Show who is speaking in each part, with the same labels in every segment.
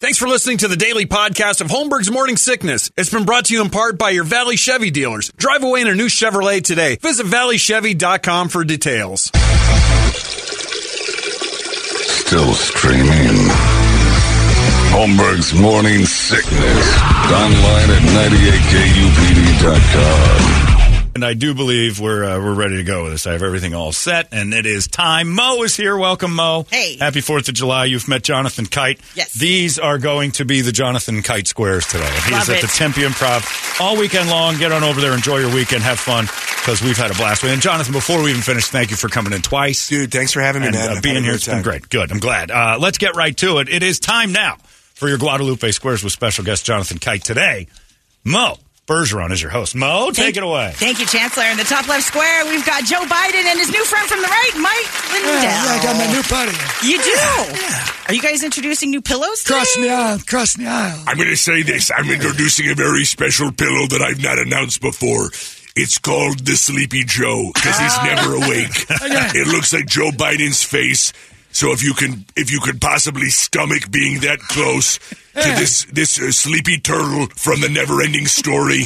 Speaker 1: Thanks for listening to the daily podcast of Holmberg's Morning Sickness. It's been brought to you in part by your Valley Chevy dealers. Drive away in a new Chevrolet today. Visit valleychevy.com for details.
Speaker 2: Still streaming. Holmberg's Morning Sickness. Online at 98kupd.com.
Speaker 3: And I do believe we're uh, we're ready to go with this. I have everything all set, and it is time. Mo is here. Welcome, Mo.
Speaker 4: Hey.
Speaker 3: Happy Fourth of July. You've met Jonathan Kite.
Speaker 4: Yes.
Speaker 3: These are going to be the Jonathan Kite squares today. He's
Speaker 4: Love
Speaker 3: at
Speaker 4: it.
Speaker 3: the Tempe Improv all weekend long. Get on over there, enjoy your weekend, have fun, because we've had a blast. And Jonathan, before we even finish, thank you for coming in twice.
Speaker 5: Dude, thanks for having me,
Speaker 3: and
Speaker 5: man.
Speaker 3: uh,
Speaker 5: I've had a
Speaker 3: being here.
Speaker 5: great
Speaker 3: It's been
Speaker 5: time.
Speaker 3: great. Good. I'm glad. Uh, let's get right to it. It is time now for your Guadalupe Squares with special guest Jonathan Kite today. Mo Bergeron is your host. Mo, take
Speaker 4: Thank-
Speaker 3: it away.
Speaker 4: Thank you, Chancellor. In the top left square, we've got Joe Biden and his new friend from the right, Mike Lindell.
Speaker 6: Yeah, yeah, I got my new buddy.
Speaker 4: You do? Are you guys introducing new pillows? today?
Speaker 6: Crossing the aisle, crossing the aisle.
Speaker 7: I'm going to say this. I'm introducing a very special pillow that I've not announced before. It's called the Sleepy Joe because he's never awake. It looks like Joe Biden's face. So if you can, if you could possibly stomach being that close to this this uh, sleepy turtle from the never-ending story,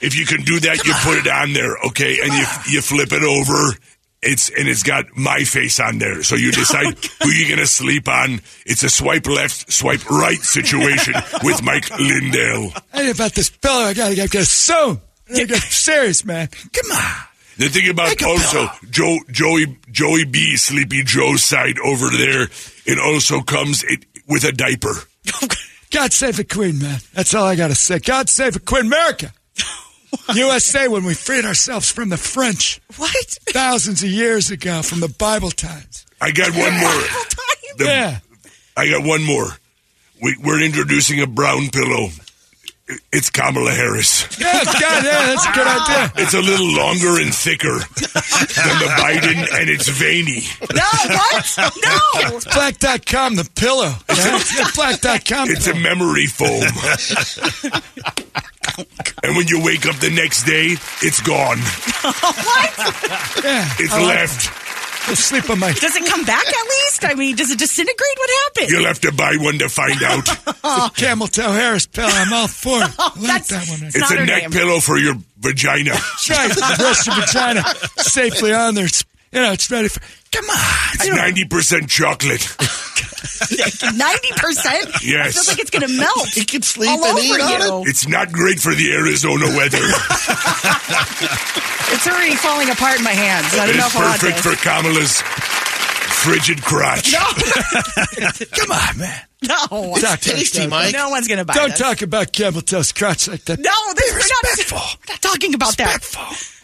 Speaker 7: if you can do that, you put it on there, okay? And you you flip it over. It's and it's got my face on there, so you decide who you're gonna sleep on. It's a swipe left, swipe right situation with Mike Lindell.
Speaker 6: I think about this pillow. I gotta get, get sewn. I gotta get serious, man. Come on.
Speaker 7: The thing about
Speaker 6: Make a
Speaker 7: also
Speaker 6: pillow.
Speaker 7: Joe Joey Joey B Sleepy Joe's side over there, it also comes it with a diaper.
Speaker 6: God save the Queen, man. That's all I gotta say. God save the Queen, America. USA, when we freed ourselves from the French
Speaker 4: What?
Speaker 6: thousands of years ago from the Bible times.
Speaker 7: I got one more. The-
Speaker 6: Yeah.
Speaker 7: I got one more. We, we're introducing a brown pillow. It's Kamala Harris.
Speaker 6: Yeah, God, yeah, that's a good idea.
Speaker 7: It's a little longer and thicker than the Biden, and it's veiny.
Speaker 4: No, what? No.
Speaker 6: Black.com, the pillow. Yeah, Black.com.
Speaker 7: It's a memory foam. And when you wake up the next day, it's gone.
Speaker 6: Yeah.
Speaker 7: It's
Speaker 4: Oh.
Speaker 6: I like
Speaker 7: left.
Speaker 6: it. I'll sleep on my.
Speaker 4: Does it come back at least? I mean, does it disintegrate? What happened?
Speaker 7: You'll have to buy one to find out.
Speaker 6: Camel toe Harris pillow. I'm all for it. I like
Speaker 4: Oh, That's-
Speaker 6: that one.
Speaker 7: It's
Speaker 4: not
Speaker 7: a
Speaker 4: her
Speaker 7: neck
Speaker 4: name.
Speaker 7: pillow for your vagina.
Speaker 6: Right, rest your vagina safely on there. It's, you know, it's ready for. Come on.
Speaker 7: It's
Speaker 6: you know,
Speaker 7: ninety percent chocolate.
Speaker 4: 90%?
Speaker 7: Yes.
Speaker 4: It feels like it's going to melt.
Speaker 8: He can sleep
Speaker 4: all
Speaker 8: and
Speaker 4: over
Speaker 8: eat on
Speaker 4: you.
Speaker 7: It's not great for the Arizona weather.
Speaker 4: It's already falling apart in my hands. I don't know
Speaker 7: It's
Speaker 4: if I want
Speaker 7: perfect
Speaker 4: this.
Speaker 7: for Kamala's frigid crotch.
Speaker 6: come on, man.
Speaker 4: No.
Speaker 6: Talk to
Speaker 8: tasty,
Speaker 6: us,
Speaker 8: Mike.
Speaker 4: No one's going to buy
Speaker 6: Don't
Speaker 4: this.
Speaker 6: talk about Campbell Toast crotch like that.
Speaker 4: No, this, we're not- we're not talking about that.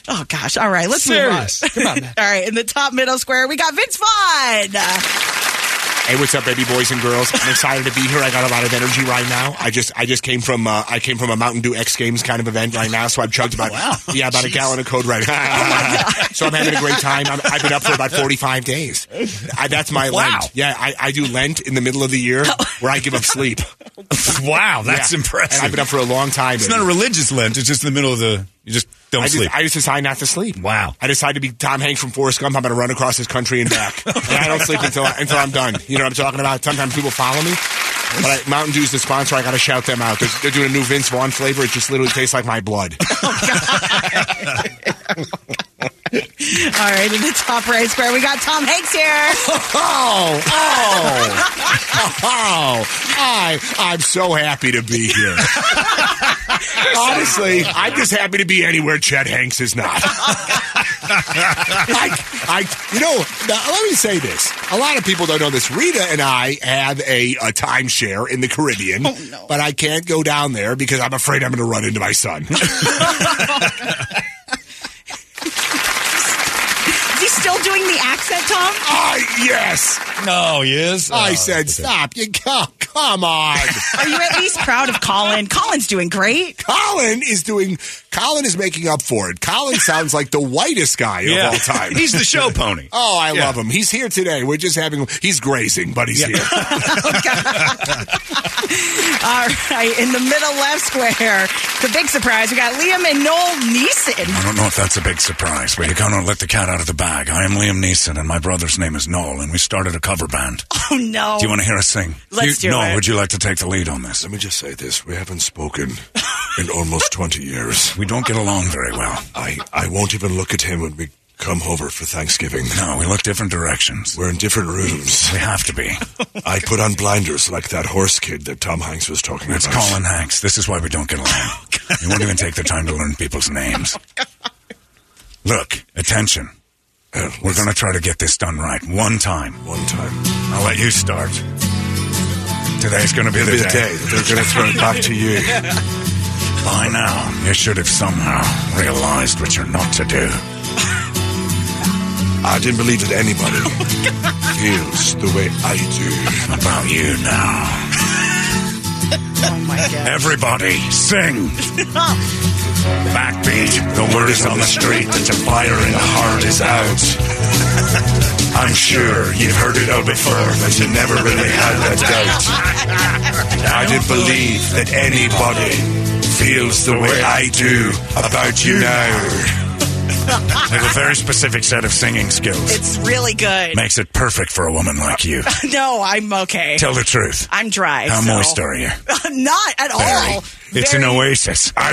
Speaker 4: Oh gosh! All right, let's
Speaker 6: Serious.
Speaker 4: move
Speaker 6: Come
Speaker 4: on.
Speaker 6: on, man.
Speaker 4: All right, in the top middle square, we got Vince Vaughn.
Speaker 9: Hey, what's up, baby boys and girls? I'm excited to be here. I got a lot of energy right now. I just, I just came from, uh, I came from a Mountain Dew X Games kind of event right now, so I've chugged about, yeah, about a gallon of Code Red.
Speaker 5: Oh,
Speaker 9: so I'm having a great time. I'm, I've been up for about 45 days. I, that's my Lent. Yeah, I, I do Lent in the middle of the year where I give up sleep.
Speaker 3: Wow, that's
Speaker 9: Yeah.
Speaker 3: impressive.
Speaker 9: And I've been up for a long time.
Speaker 3: it's not a religious Lent. It's just in the middle of the. You just don't
Speaker 9: I
Speaker 3: sleep.
Speaker 9: just, I just decide not to sleep.
Speaker 3: Wow.
Speaker 9: I decide to be Tom Hanks from Forrest Gump. I'm going to run across this country and back. and I don't sleep until, I, until I'm done. You know what I'm talking about? Sometimes people follow me. But I, Mountain Dew's the sponsor. I got to shout them out. They're, they're doing a new Vince Vaughn flavor. It just literally tastes like my blood.
Speaker 4: All right, in the top right square, we got Tom Hanks here.
Speaker 9: Oh, oh, oh! I, I'm so happy to be here. Honestly, I'm just happy to be anywhere Chet Hanks is not. I, I, you know, now, let me say this. A lot of people don't know this. Rita and I have a, a timeshare in the Caribbean, but I can't go down there because I'm afraid I'm going to run into my son.
Speaker 4: Is he still doing the accent, Tom?
Speaker 9: I, yes,
Speaker 3: no, he is.
Speaker 9: I
Speaker 3: Oh,
Speaker 9: said, stop. You go. Come on.
Speaker 4: Are you at least proud of Colin? Colin's doing great.
Speaker 9: Colin is doing. Colin is making up for it. Colin sounds like the whitest guy
Speaker 3: yeah.
Speaker 9: of all time.
Speaker 3: He's the show pony.
Speaker 9: Oh, I
Speaker 3: Yeah.
Speaker 9: love him. He's here today. We're just having. He's grazing, but he's here.
Speaker 4: All right, in the middle left square, the big surprise. We got Liam and Noel Neeson.
Speaker 10: I don't know if that's a big surprise, but you cannot let the cat out of the bag. I am Liam Neeson, and my brother's name is Noel, and we started a cover band.
Speaker 4: Oh no!
Speaker 10: Do you want to hear us sing?
Speaker 4: Let's
Speaker 10: You-
Speaker 4: do
Speaker 10: Noel,
Speaker 4: it.
Speaker 10: would you like to take the lead on this?
Speaker 7: Let me just say this. We haven't spoken in almost 20 years.
Speaker 10: We don't get along very well.
Speaker 7: I, I won't even look at him when we come over for Thanksgiving.
Speaker 10: No, we look different directions.
Speaker 7: We're in different rooms.
Speaker 10: We have to be.
Speaker 7: I put on blinders like that horse kid that Tom Hanks was talking
Speaker 10: It's
Speaker 7: about.
Speaker 10: Colin Hanks. This is why we don't get along. You won't even take the time to learn people's names. Look, attention.
Speaker 7: Uh,
Speaker 10: We're going to try to get this done right one time.
Speaker 7: one time.
Speaker 10: I'll let you start. Today's going to be
Speaker 7: Be
Speaker 10: the
Speaker 7: the day
Speaker 10: day.
Speaker 7: that they're going to throw it back to you.
Speaker 10: By now, you should have somehow realized what you're not to do.
Speaker 7: I didn't believe that anybody feels the way I do.
Speaker 10: About you now.
Speaker 4: oh my god!
Speaker 10: Everybody, sing. Backbeat. The word is on the street that the fire in the heart is out. I'm sure you've heard it all before, but you never really had that doubt.
Speaker 7: I didn't believe that anybody feels the way I do about you now.
Speaker 10: I have a very specific set of singing skills.
Speaker 4: It's really good.
Speaker 10: Makes it perfect for a woman like you.
Speaker 4: No, I'm okay.
Speaker 10: Tell the truth.
Speaker 4: I'm dry.
Speaker 10: How
Speaker 4: so.
Speaker 10: moist are you?
Speaker 4: Not at all.
Speaker 10: It's an oasis. I,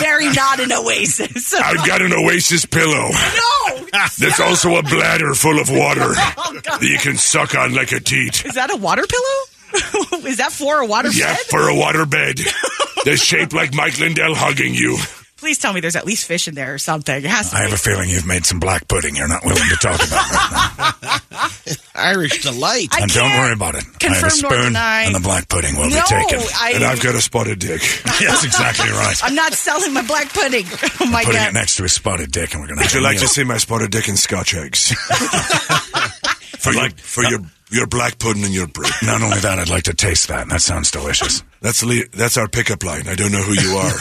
Speaker 4: Very not an oasis.
Speaker 7: I've got an Oasis pillow.
Speaker 4: no.
Speaker 7: That's also a bladder full of water that you can suck on like a teat.
Speaker 4: Is that a water pillow? Is that for a water
Speaker 7: Yeah,
Speaker 4: bed?
Speaker 7: for a water bed. They're shaped like Mike Lindell hugging you.
Speaker 4: Please tell me there's at least fish in there or something. It has to
Speaker 10: I have
Speaker 4: be.
Speaker 10: a feeling you've made some black pudding you're not willing to talk about right now.
Speaker 9: Irish delight.
Speaker 4: I
Speaker 10: And don't
Speaker 4: can't
Speaker 10: worry about it. I have
Speaker 4: Confirm
Speaker 10: a
Speaker 4: nor
Speaker 10: spoon,
Speaker 4: deny.
Speaker 10: and the black pudding will
Speaker 4: no,
Speaker 10: be taken.
Speaker 4: I,
Speaker 7: And I've got a spotted dick.
Speaker 10: That's exactly right.
Speaker 4: I'm not selling my black pudding. Oh my
Speaker 10: Putting
Speaker 4: god!
Speaker 10: it next to his spotted dick, and we're going to
Speaker 7: Would
Speaker 10: have
Speaker 7: you
Speaker 10: a
Speaker 7: like
Speaker 10: meal.
Speaker 7: to see my spotted dick and scotch eggs? for your, for your, your black pudding and your bread.
Speaker 10: Not only that, I'd like to taste that, and that sounds delicious.
Speaker 7: That's, le- that's our pickup line. I don't know who you are.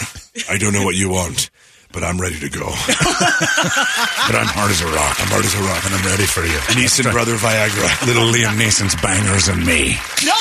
Speaker 7: I don't know what you want, but I'm ready to go.
Speaker 10: But I'm hard as a rock. I'm hard as a rock, and I'm ready for you. Let's
Speaker 7: Neeson
Speaker 10: try-
Speaker 7: Brother Viagra.
Speaker 10: Little Liam Neeson's bangers and me.
Speaker 4: No,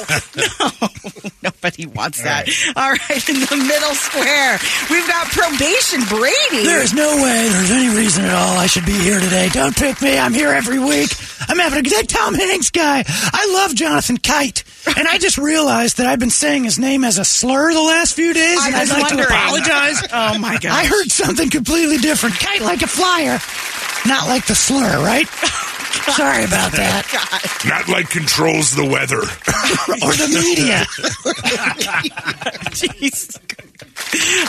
Speaker 4: no, nobody wants that. All right, in the middle square, we've got probation Brady.
Speaker 8: There is no way there's any reason at all I should be here today. Don't pick me. I'm here every week. I'm having a good that Tom Hanks guy. I love Jonathan Kite. And I just realized that I've been saying his name as a slur the last few days.
Speaker 4: I
Speaker 8: and I'd
Speaker 4: was
Speaker 8: like
Speaker 4: wondering.
Speaker 8: to apologize.
Speaker 4: Oh my god!
Speaker 8: I heard something completely different. Kite like a flyer. Not like the slur, right? Sorry about that.
Speaker 7: Not like controls the weather.
Speaker 8: Or the media.
Speaker 4: Jeez.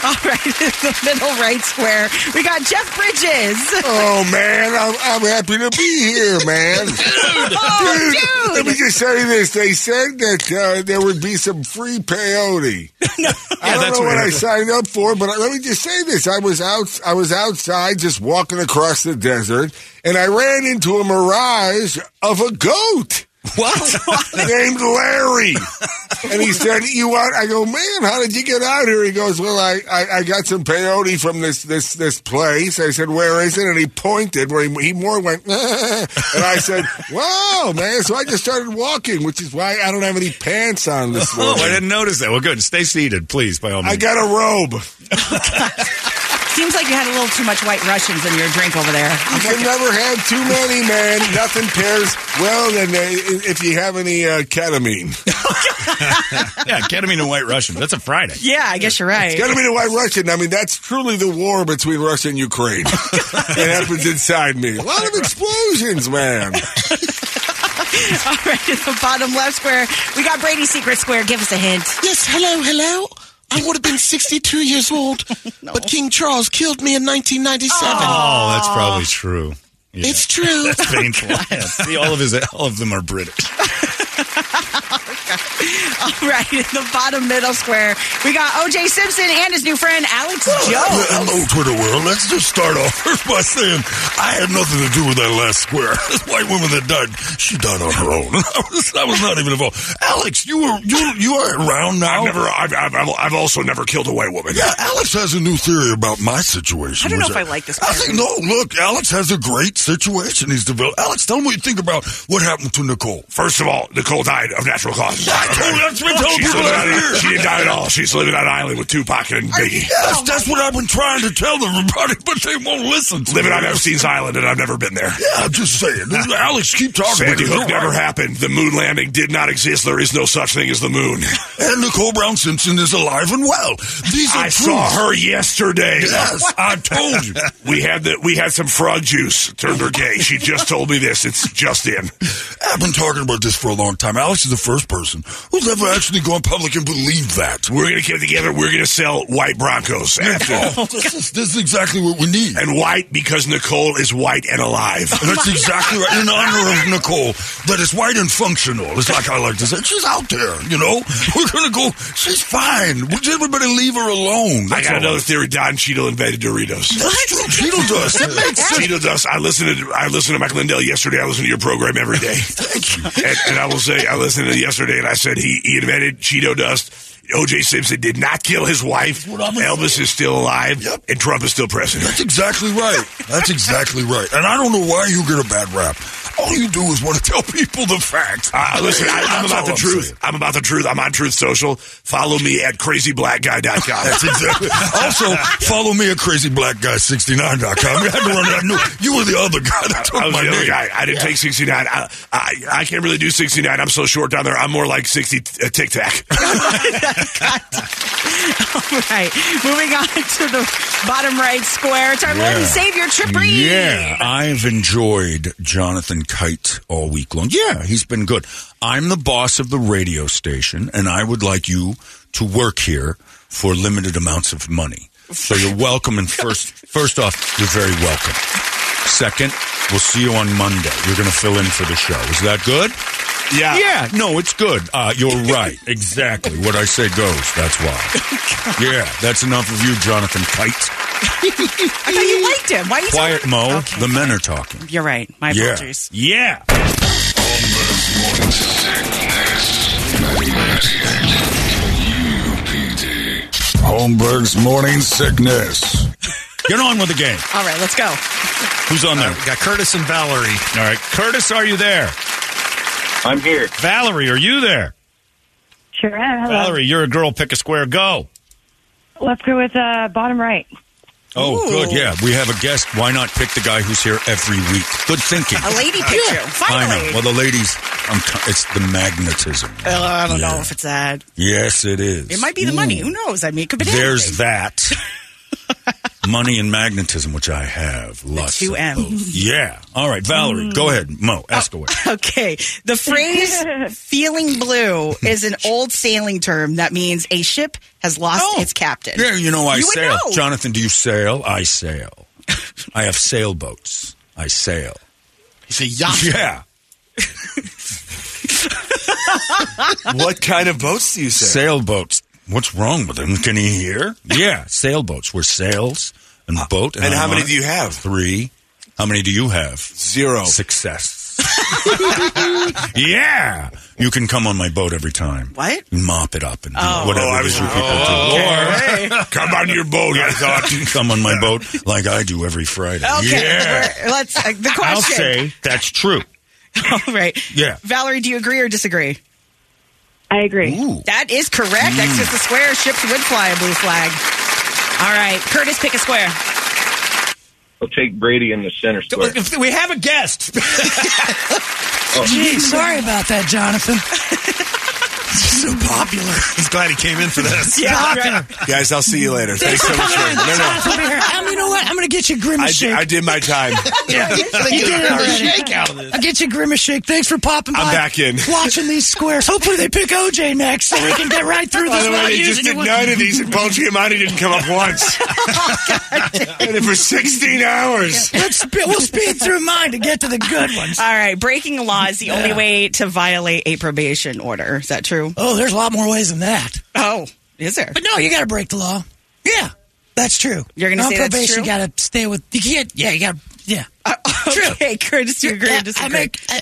Speaker 4: All right, in the middle right square, we got Jeff Bridges.
Speaker 5: Oh man, I'm, I'm happy to be here, man.
Speaker 4: Oh, dude.
Speaker 5: Let me just tell you this: they said that uh, there would be some free peyote. I don't
Speaker 3: that's
Speaker 5: know
Speaker 3: what
Speaker 5: what
Speaker 3: it
Speaker 5: I
Speaker 3: is.
Speaker 5: signed up for, but let me just say this: I was out, I was outside, just walking across the desert, and I ran into a mirage of a goat. What? Named Larry. And he said, You want? I go, Man, how did you get out here? He goes, Well, I, I, I got some peyote from this, this, this place. I said, Where is it? And he pointed where he, he more went, "Eh." And I said, Wow, man. So I just started walking, which is why I don't have any pants on this
Speaker 3: Oh, I
Speaker 5: morning.
Speaker 3: didn't notice that. Well, good. Stay seated, please, by all means.
Speaker 5: I got a robe.
Speaker 4: Seems like you had a little too much White Russians in your drink over there.
Speaker 5: You can never have too many, man. Nothing pairs well than uh, if you have any uh, ketamine.
Speaker 3: yeah, ketamine and white Russians. That's a Friday.
Speaker 4: Yeah, I guess you're right.
Speaker 5: Ketamine and white Russian. I mean, that's truly the war between Russia and Ukraine. it happens inside me. A lot of explosions, man.
Speaker 4: All right, in the bottom left square, we got Brady's Secret Square. Give us a hint.
Speaker 9: Yes, hello, hello. I would have been 62 years old, but King Charles killed me in 1997.
Speaker 3: Oh, that's probably true. Yeah.
Speaker 9: It's true.
Speaker 3: That's painful. Yeah, See, all of his, all of them are British.
Speaker 4: All right, in the bottom middle square, we got OJ Simpson and his new friend Alex Jones.
Speaker 7: Hello, oh, Twitter world. Let's just start off first by saying I had nothing to do with that last square. This white woman that died, she died on her own. I was, I was not even involved. Alex, you were you you are around now. I've never. I've, I've, I've also never killed a white woman.
Speaker 2: Yeah, Alex has a new theory about my situation.
Speaker 4: I don't know
Speaker 2: which
Speaker 4: if I like this
Speaker 2: I think no. Look, Alex has a great situation he's developed. Alex, tell me what you think about what happened to Nicole.
Speaker 7: First of all, Nicole died of natural causes.
Speaker 2: I told That's what I'm telling
Speaker 7: She's
Speaker 2: people
Speaker 7: living
Speaker 2: out
Speaker 7: on
Speaker 2: here.
Speaker 7: a, she didn't die at all. She's living on an island with Tupac and Biggie.
Speaker 2: Yes, that's what I've been trying to tell everybody, but they won't listen. To
Speaker 7: Living
Speaker 2: me.
Speaker 7: on Epstein's island, and I've never been there.
Speaker 2: Yeah, I'm just saying. This- Alex, keep talking.
Speaker 7: Sandy
Speaker 2: about
Speaker 7: Hook never happened. The moon landing did not exist. There is no such thing as the moon.
Speaker 2: And Nicole Brown Simpson is alive and well. These are
Speaker 7: I saw
Speaker 2: truths.
Speaker 7: her yesterday.
Speaker 2: Yes, I told you.
Speaker 7: We had the, we had some frog juice. Turned her gay. She just told me this. It's just in.
Speaker 2: I've been talking about this for a long time. Alex is the first person who's ever actually gone public and believed that.
Speaker 7: We're gonna get together. We're gonna sell white Broncos after.
Speaker 2: Oh, this, is, this is exactly what we need.
Speaker 7: And white because Nicole is white and alive.
Speaker 2: That's exactly right. In honor of Nicole, that is white and functional. It's like I like to say. She's out there, you know? We're going to go. She's fine. Would everybody leave her alone?
Speaker 7: I
Speaker 2: That's
Speaker 7: got
Speaker 2: all.
Speaker 7: another theory. Don Cheadle invented Doritos.
Speaker 2: That's true. Cheeto dust. It makes sense.
Speaker 7: Cheeto dust. I listened to I listened to Mike Lindell yesterday. I listen to your program every day.
Speaker 2: Thank you.
Speaker 7: and, and I will say, I listened to it yesterday, and I said he, he invented Cheeto dust. O.J. Simpson did not kill his wife.
Speaker 2: what I'm gonna
Speaker 7: Elvis is still alive,
Speaker 2: Yep.
Speaker 7: and Trump is still president.
Speaker 2: That's exactly right. That's exactly right. And I don't know why you get a bad rap. All you do is want to tell people the facts.
Speaker 7: Uh, listen, I, I'm
Speaker 2: That's
Speaker 7: about
Speaker 2: all
Speaker 7: the
Speaker 2: I'm
Speaker 7: truth.
Speaker 2: saying.
Speaker 7: I'm about the truth. I'm on Truth Social. Follow me at crazyblackguy.com.
Speaker 2: That's exactly. Also, follow me at crazyblackguy69.com. You had to run. I knew you were the other guy that took
Speaker 7: I was
Speaker 2: my
Speaker 7: the other
Speaker 2: name.
Speaker 7: guy. I didn't take 69. I, I I can't really do 69. I'm so short down there. I'm more like 60 uh, Tic Tac.
Speaker 4: All right. Moving on to the bottom right square. It's our Lord and Savior Tripri.
Speaker 2: Yeah, I've enjoyed Jonathan Kite all week long. Yeah, he's been good. I'm the boss of the radio station, and I would like you to work here for limited amounts of money. So you're welcome. And first, first off, you're very welcome. Second, we'll see you on Monday. You're going to fill in for the show. Is that good?
Speaker 7: Yeah.
Speaker 2: Yeah, no, it's good. Uh, you're right. Exactly. What I say goes. That's why. Yeah, that's enough of you, Jonathan Kite.
Speaker 4: I thought you liked him. Why are you
Speaker 2: Quiet,
Speaker 4: talking-
Speaker 2: Mo.
Speaker 4: Okay.
Speaker 2: The men are talking.
Speaker 4: You're right. My
Speaker 2: Yeah.
Speaker 4: apologies.
Speaker 3: Yeah.
Speaker 11: Holmberg's morning sickness.
Speaker 3: Get on with the game.
Speaker 4: All right, let's go.
Speaker 3: Who's on there?
Speaker 1: We got Curtis and Valerie.
Speaker 3: All right. Curtis, are you there?
Speaker 12: I'm here.
Speaker 3: Valerie, are you there?
Speaker 13: Sure am. Hello.
Speaker 3: Valerie, you're a girl. Pick a square. Go.
Speaker 13: Let's go with uh, bottom right.
Speaker 2: Oh,
Speaker 4: Ooh.
Speaker 2: good. Yeah, we have a guest. Why not pick the guy who's here every week? Good thinking.
Speaker 4: A lady picked you.
Speaker 2: I
Speaker 4: Finally.
Speaker 2: know. Well, the ladies, I'm t- it's the magnetism.
Speaker 4: Well, Uh, I don't
Speaker 2: Yeah.
Speaker 4: know if it's that.
Speaker 2: Yes, it is.
Speaker 4: It might be the
Speaker 2: Ooh.
Speaker 4: money. Who knows? I mean, it could be
Speaker 2: There's that. Money and magnetism, which I have. Lots.
Speaker 4: two
Speaker 2: of
Speaker 4: M's. Mm. Oh.
Speaker 2: both. Yeah. All right, Valerie, go ahead. Mo, ask away.
Speaker 4: Okay. The phrase feeling blue is an old sailing term that means a ship has lost its captain.
Speaker 2: Oh. Yeah, you know I
Speaker 4: You would
Speaker 2: sail.
Speaker 4: know.
Speaker 2: Jonathan, do you sail? I sail. I have sailboats. I sail.
Speaker 5: He's a yacht.
Speaker 2: Yeah.
Speaker 9: what kind of boats do you say?
Speaker 2: Sailboats. What's wrong with him? Can he hear? Yeah, sailboats. We're sails and boat.
Speaker 9: Uh, and how
Speaker 2: I'm
Speaker 9: many
Speaker 2: on
Speaker 9: do you have?
Speaker 2: Three. How many do you have?
Speaker 9: Zero.
Speaker 2: Success. yeah. You can come on my boat every time.
Speaker 4: What?
Speaker 2: Mop it up and do whatever
Speaker 7: Oh, I
Speaker 2: it is
Speaker 7: was-
Speaker 2: you people do. Or
Speaker 7: Come on your boat. I thought.
Speaker 2: come on my boat like I do every Friday.
Speaker 4: Okay.
Speaker 2: Yeah.
Speaker 4: we're- Let's. Uh, the
Speaker 3: I'll
Speaker 4: question.
Speaker 3: say that's true.
Speaker 4: All right.
Speaker 2: Yeah.
Speaker 4: Valerie, do you agree or disagree?
Speaker 13: I agree.
Speaker 4: That is correct.
Speaker 8: Mm.
Speaker 4: That's just the square. Ships would fly a blue flag. All right. Curtis, pick a square.
Speaker 12: I'll take Brady in the center square. Oh.
Speaker 3: We have a guest.
Speaker 13: Oh.
Speaker 8: Gee, sorry about that, Jonathan.
Speaker 9: so popular.
Speaker 1: He's glad he came in for this.
Speaker 9: Guys, I'll see you later. Thanks so much. For, no, no.
Speaker 8: Jonathan, over here. Um, you know what? I'm going to get you
Speaker 9: I,
Speaker 8: Grimace
Speaker 9: di-
Speaker 8: Shake.
Speaker 9: I did my time.
Speaker 8: you did it already. I'll get you Grimace Shake. Thanks for popping
Speaker 9: I'm
Speaker 8: by.
Speaker 9: back in.
Speaker 8: Watching these squares. Hopefully they pick OJ next so we can get right through
Speaker 9: By
Speaker 8: this
Speaker 9: the
Speaker 8: without
Speaker 9: way, they just
Speaker 8: using
Speaker 9: did
Speaker 8: it.
Speaker 9: nine of these, and Paul Giamatti didn't come up once. Did it for 16 hours.
Speaker 8: Let's spe- we'll speed through mine to get to the good ones.
Speaker 4: All right. Breaking a law is the only way to violate a probation order. Is that true?
Speaker 8: Oh, there's a lot more ways than that.
Speaker 4: Oh, is there?
Speaker 8: But no, you got to break the law. Yeah, that's true.
Speaker 4: You're gonna
Speaker 8: on
Speaker 4: say that's
Speaker 8: probation.
Speaker 4: true?
Speaker 8: You got to stay with. You can't. Yeah, you got. to Yeah, true.
Speaker 4: Uh, Okay, Curtis, do you agree
Speaker 8: Yeah,
Speaker 4: or disagree?
Speaker 8: I make. I,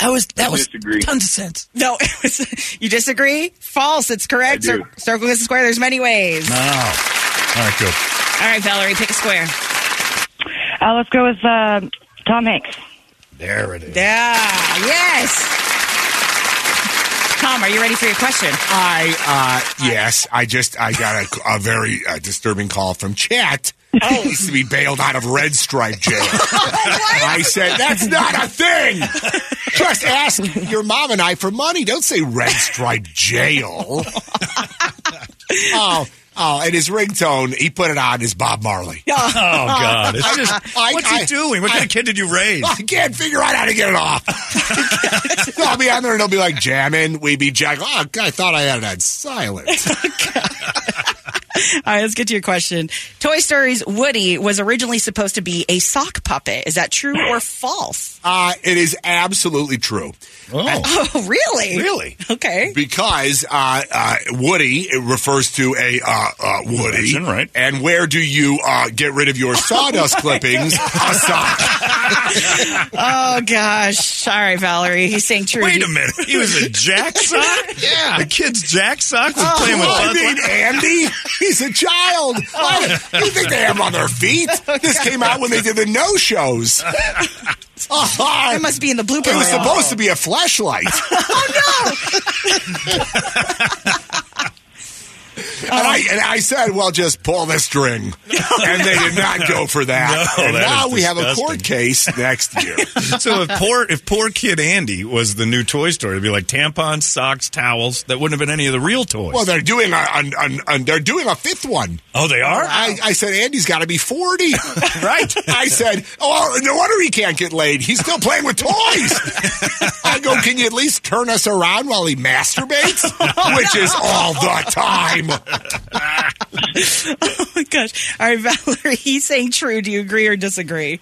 Speaker 8: I was. That was
Speaker 12: disagree.
Speaker 8: tons of sense.
Speaker 4: no, it was, you disagree? False. It's correct.
Speaker 12: I do.
Speaker 4: Cir- Circle is a square. There's many ways.
Speaker 3: No. All right, good.
Speaker 4: All right, Valerie, pick a square.
Speaker 13: Uh, let's go with uh, Tom Hanks.
Speaker 3: There it is.
Speaker 4: Yeah. Yes. Holmberg.com. Are you ready for your question?
Speaker 9: I, uh, yes, I just I got a, a very uh, disturbing call from Chat. He needs to be bailed out of Red Stripe jail. I said that's not a thing. Just ask your mom and I for money. Don't say Red Stripe jail. oh. Oh, and his ringtone, he put it on, is Bob Marley.
Speaker 3: Oh, God. It's just- what's he doing? What kind of
Speaker 9: kid did you raise? I can't figure out how to get it off. so I'll be on there and it'll be like jamming. We be jacking. Oh, God, I thought I had it on silent.
Speaker 4: All right, let's get to your question. Toy Story's Woody was originally supposed to be a sock puppet. Is that true or false?
Speaker 9: Uh, it is absolutely true.
Speaker 4: Oh, really?
Speaker 9: Really?
Speaker 4: Okay.
Speaker 9: Because uh, uh, Woody it refers to a uh, uh, Woody, right? And where do you uh, get rid of your
Speaker 3: Oh
Speaker 9: sawdust clippings? A sock.
Speaker 4: oh gosh. Sorry, Valerie. He's saying true.
Speaker 3: Wait
Speaker 4: Do
Speaker 3: a
Speaker 4: you-
Speaker 3: minute. He was a jack sock? yeah. The kid's jack sock was
Speaker 4: Oh,
Speaker 3: playing with
Speaker 4: I
Speaker 3: Bud
Speaker 4: mean,
Speaker 3: Light?
Speaker 9: Andy, he's a child. Why- You think they have on their feet? This came out when they did the no shows.
Speaker 4: That must be in the blooper
Speaker 9: It was
Speaker 4: reel. Oh,
Speaker 9: supposed to be a flashlight. And I, and I said, well, just pull the string. And they did not go for that.
Speaker 3: No,
Speaker 9: and
Speaker 3: that
Speaker 9: now
Speaker 3: is
Speaker 9: we have a
Speaker 3: disgusting.
Speaker 9: court case next year.
Speaker 3: so if poor if poor kid Andy was the new Toy Story, it'd be like tampons, socks, towels. That wouldn't have been any of the real toys.
Speaker 9: Well, they're doing a, an, an, an- they're doing a fifth one.
Speaker 3: Oh, they are?
Speaker 9: I, I said Andy's got to be forty, right? I said, oh, no wonder he can't get laid. He's still playing with toys. I go, can you at least turn us around while he masturbates, which is all the time.
Speaker 4: Oh my gosh. All right, Valerie. He's saying true. Do you agree or disagree?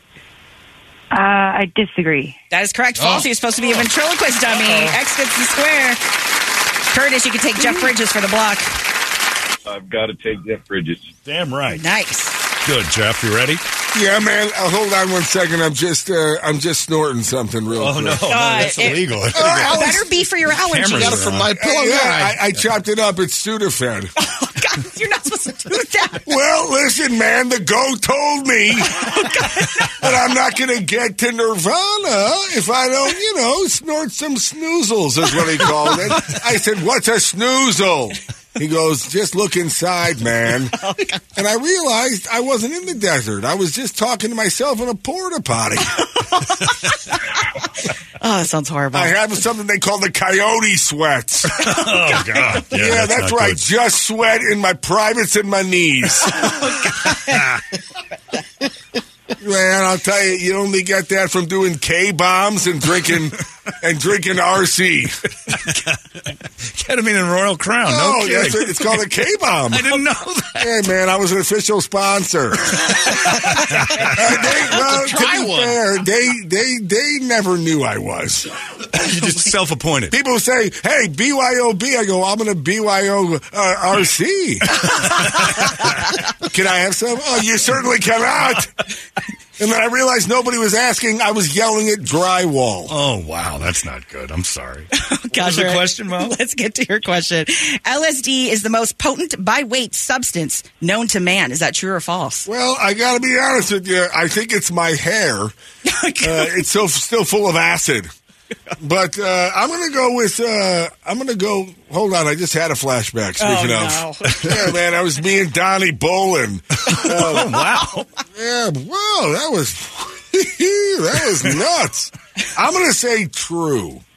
Speaker 13: Uh, I disagree.
Speaker 4: That is correct. False.
Speaker 13: Oh.
Speaker 4: He was supposed to be a ventriloquist dummy. X fits the square. Curtis, you can take Jeff Bridges for the block.
Speaker 12: I've got to take Jeff Bridges.
Speaker 3: Damn right.
Speaker 4: Nice.
Speaker 3: Good, Jeff. You ready?
Speaker 5: Yeah, man. Uh, hold on one second. I'm just, uh, I'm just snorting something real
Speaker 3: Oh,
Speaker 5: quick.
Speaker 3: no, no, that's Uh, it- illegal.
Speaker 5: Uh, Alex,
Speaker 4: Better be for your allergies.
Speaker 5: got it from my pillow.
Speaker 4: Yeah,
Speaker 5: Yeah, I, I chopped it up. It's Sudafed.
Speaker 4: You're not supposed to do that.
Speaker 5: Well, listen, man, the goat told me that I'm not going to get to Nirvana if I don't, you know, snort some snoozles, is what he called it. I said, What's a snoozle? He goes, Just look inside, man. And I realized I wasn't in the desert. I was just talking to myself in a porta potty.
Speaker 4: Oh, that sounds horrible.
Speaker 5: I have something they call the coyote sweats.
Speaker 3: Oh God!
Speaker 5: Yeah, that's, right. Just sweat in my privates and my knees.
Speaker 3: Oh,
Speaker 5: Man, I'll tell you, you only get that from doing K bombs and drinking and drinking RC.
Speaker 3: Ketamine and Royal Crown. No
Speaker 5: oh, that's
Speaker 3: kidding.
Speaker 5: it. It's called a K bomb.
Speaker 3: I didn't know
Speaker 5: that. Hey, man, I was an official sponsor. And they, well, to
Speaker 3: Try
Speaker 5: be
Speaker 3: one.
Speaker 5: fair, they they they never knew I was.
Speaker 3: You just self-appointed.
Speaker 5: People say, "Hey, BYOB," I go, "I'm gonna BYO uh, RC." can I have some? Oh, you certainly cannot. And then I realized nobody was asking. I was yelling at drywall.
Speaker 3: Oh wow, that's not good. I'm sorry.
Speaker 4: Gosh,
Speaker 3: was the
Speaker 4: all right.
Speaker 3: question, Mo?
Speaker 4: Let's get to your question. LSD is the most potent by weight substance known to man. Is that true or false?
Speaker 5: Well, I got to be honest with you. I think it's my hair. Uh, it's so still full of acid. But uh, I'm going to go with. Uh, I'm going to go. Hold on. I just had a flashback. Speaking
Speaker 4: Oh,
Speaker 5: of, yeah, man, I was me and Donnie Bolin. Uh,
Speaker 3: wow.
Speaker 5: Yeah. Wow. That was. that was nuts. I'm going to say true.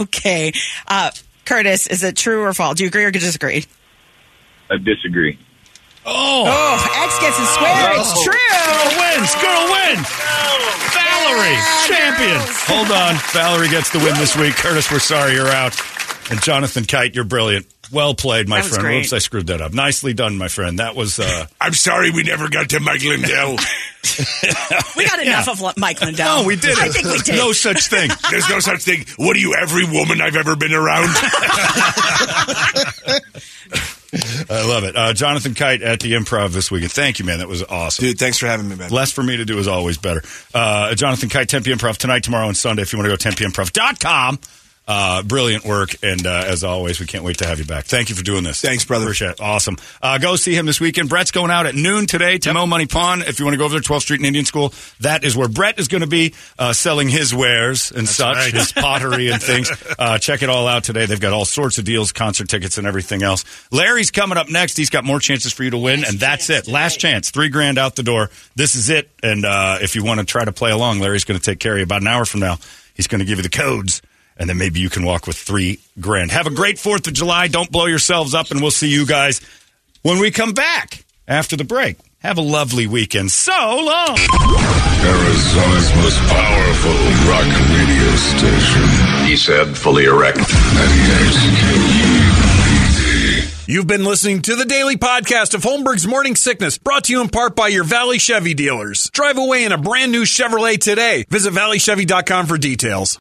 Speaker 4: Okay. Uh, Curtis, is it true or false? Do you agree or disagree?
Speaker 12: I disagree.
Speaker 3: Oh.
Speaker 4: X gets a square. It's true.
Speaker 3: Girl wins. Girl wins. Valerie, champion. Hold on. Valerie gets the win this week. Curtis, we're sorry you're out. And Jonathan Kite, you're brilliant. Well played, my
Speaker 7: That was
Speaker 3: friend.
Speaker 7: great.
Speaker 3: Oops, I screwed that up. Nicely done, my friend. That was. Uh,
Speaker 7: I'm sorry we never got to Mike Lindell.
Speaker 4: We got enough
Speaker 3: Yeah.
Speaker 4: of Lo- Mike Lindell.
Speaker 3: No, we didn't.
Speaker 4: I think we did.
Speaker 3: No such thing.
Speaker 7: There's no such thing. What are you, every woman I've ever been around?
Speaker 3: I love it. Uh, Jonathan Kite at the Improv this weekend. Thank you, man. That was awesome.
Speaker 5: Dude, thanks for having me, man.
Speaker 3: Less for me to do is always better. Uh, Jonathan Kite, 10 p. Improv tonight, tomorrow, and Sunday. If you want to go, 10 p. Improv.com. Uh, brilliant work, and uh, as always, we can't wait to have you back. Thank you for doing this. Thanks, brother. Appreciate it. Awesome. Uh, go see him this weekend. Brett's going out at noon today to Mo Money Pond. If you want to go over there, 12th Street and Indian School, that is where Brett is going to be uh, selling his wares and such,
Speaker 2: right.
Speaker 3: his pottery and things. Uh, check it all out today. They've got all sorts of deals, concert tickets, and everything else. Larry's coming up next. He's got more chances for you to win, and that's it. Last chance. Three grand out the door. This is it. And uh, if you want to try to play along, Larry's going to take care of you about an hour from now. He's going to give you the codes, and then maybe you can walk with three grand. Have a great 4th of July. Don't blow yourselves up, and we'll see you guys when we come back after the break. Have a lovely weekend. So long.
Speaker 11: Arizona's most powerful rock radio station. He said, fully erect.
Speaker 1: You've been listening to the daily podcast of Holmberg's Morning Sickness, brought to you in part by your Valley Chevy dealers. Drive away in a brand new Chevrolet today. Visit valleychevy.com for details.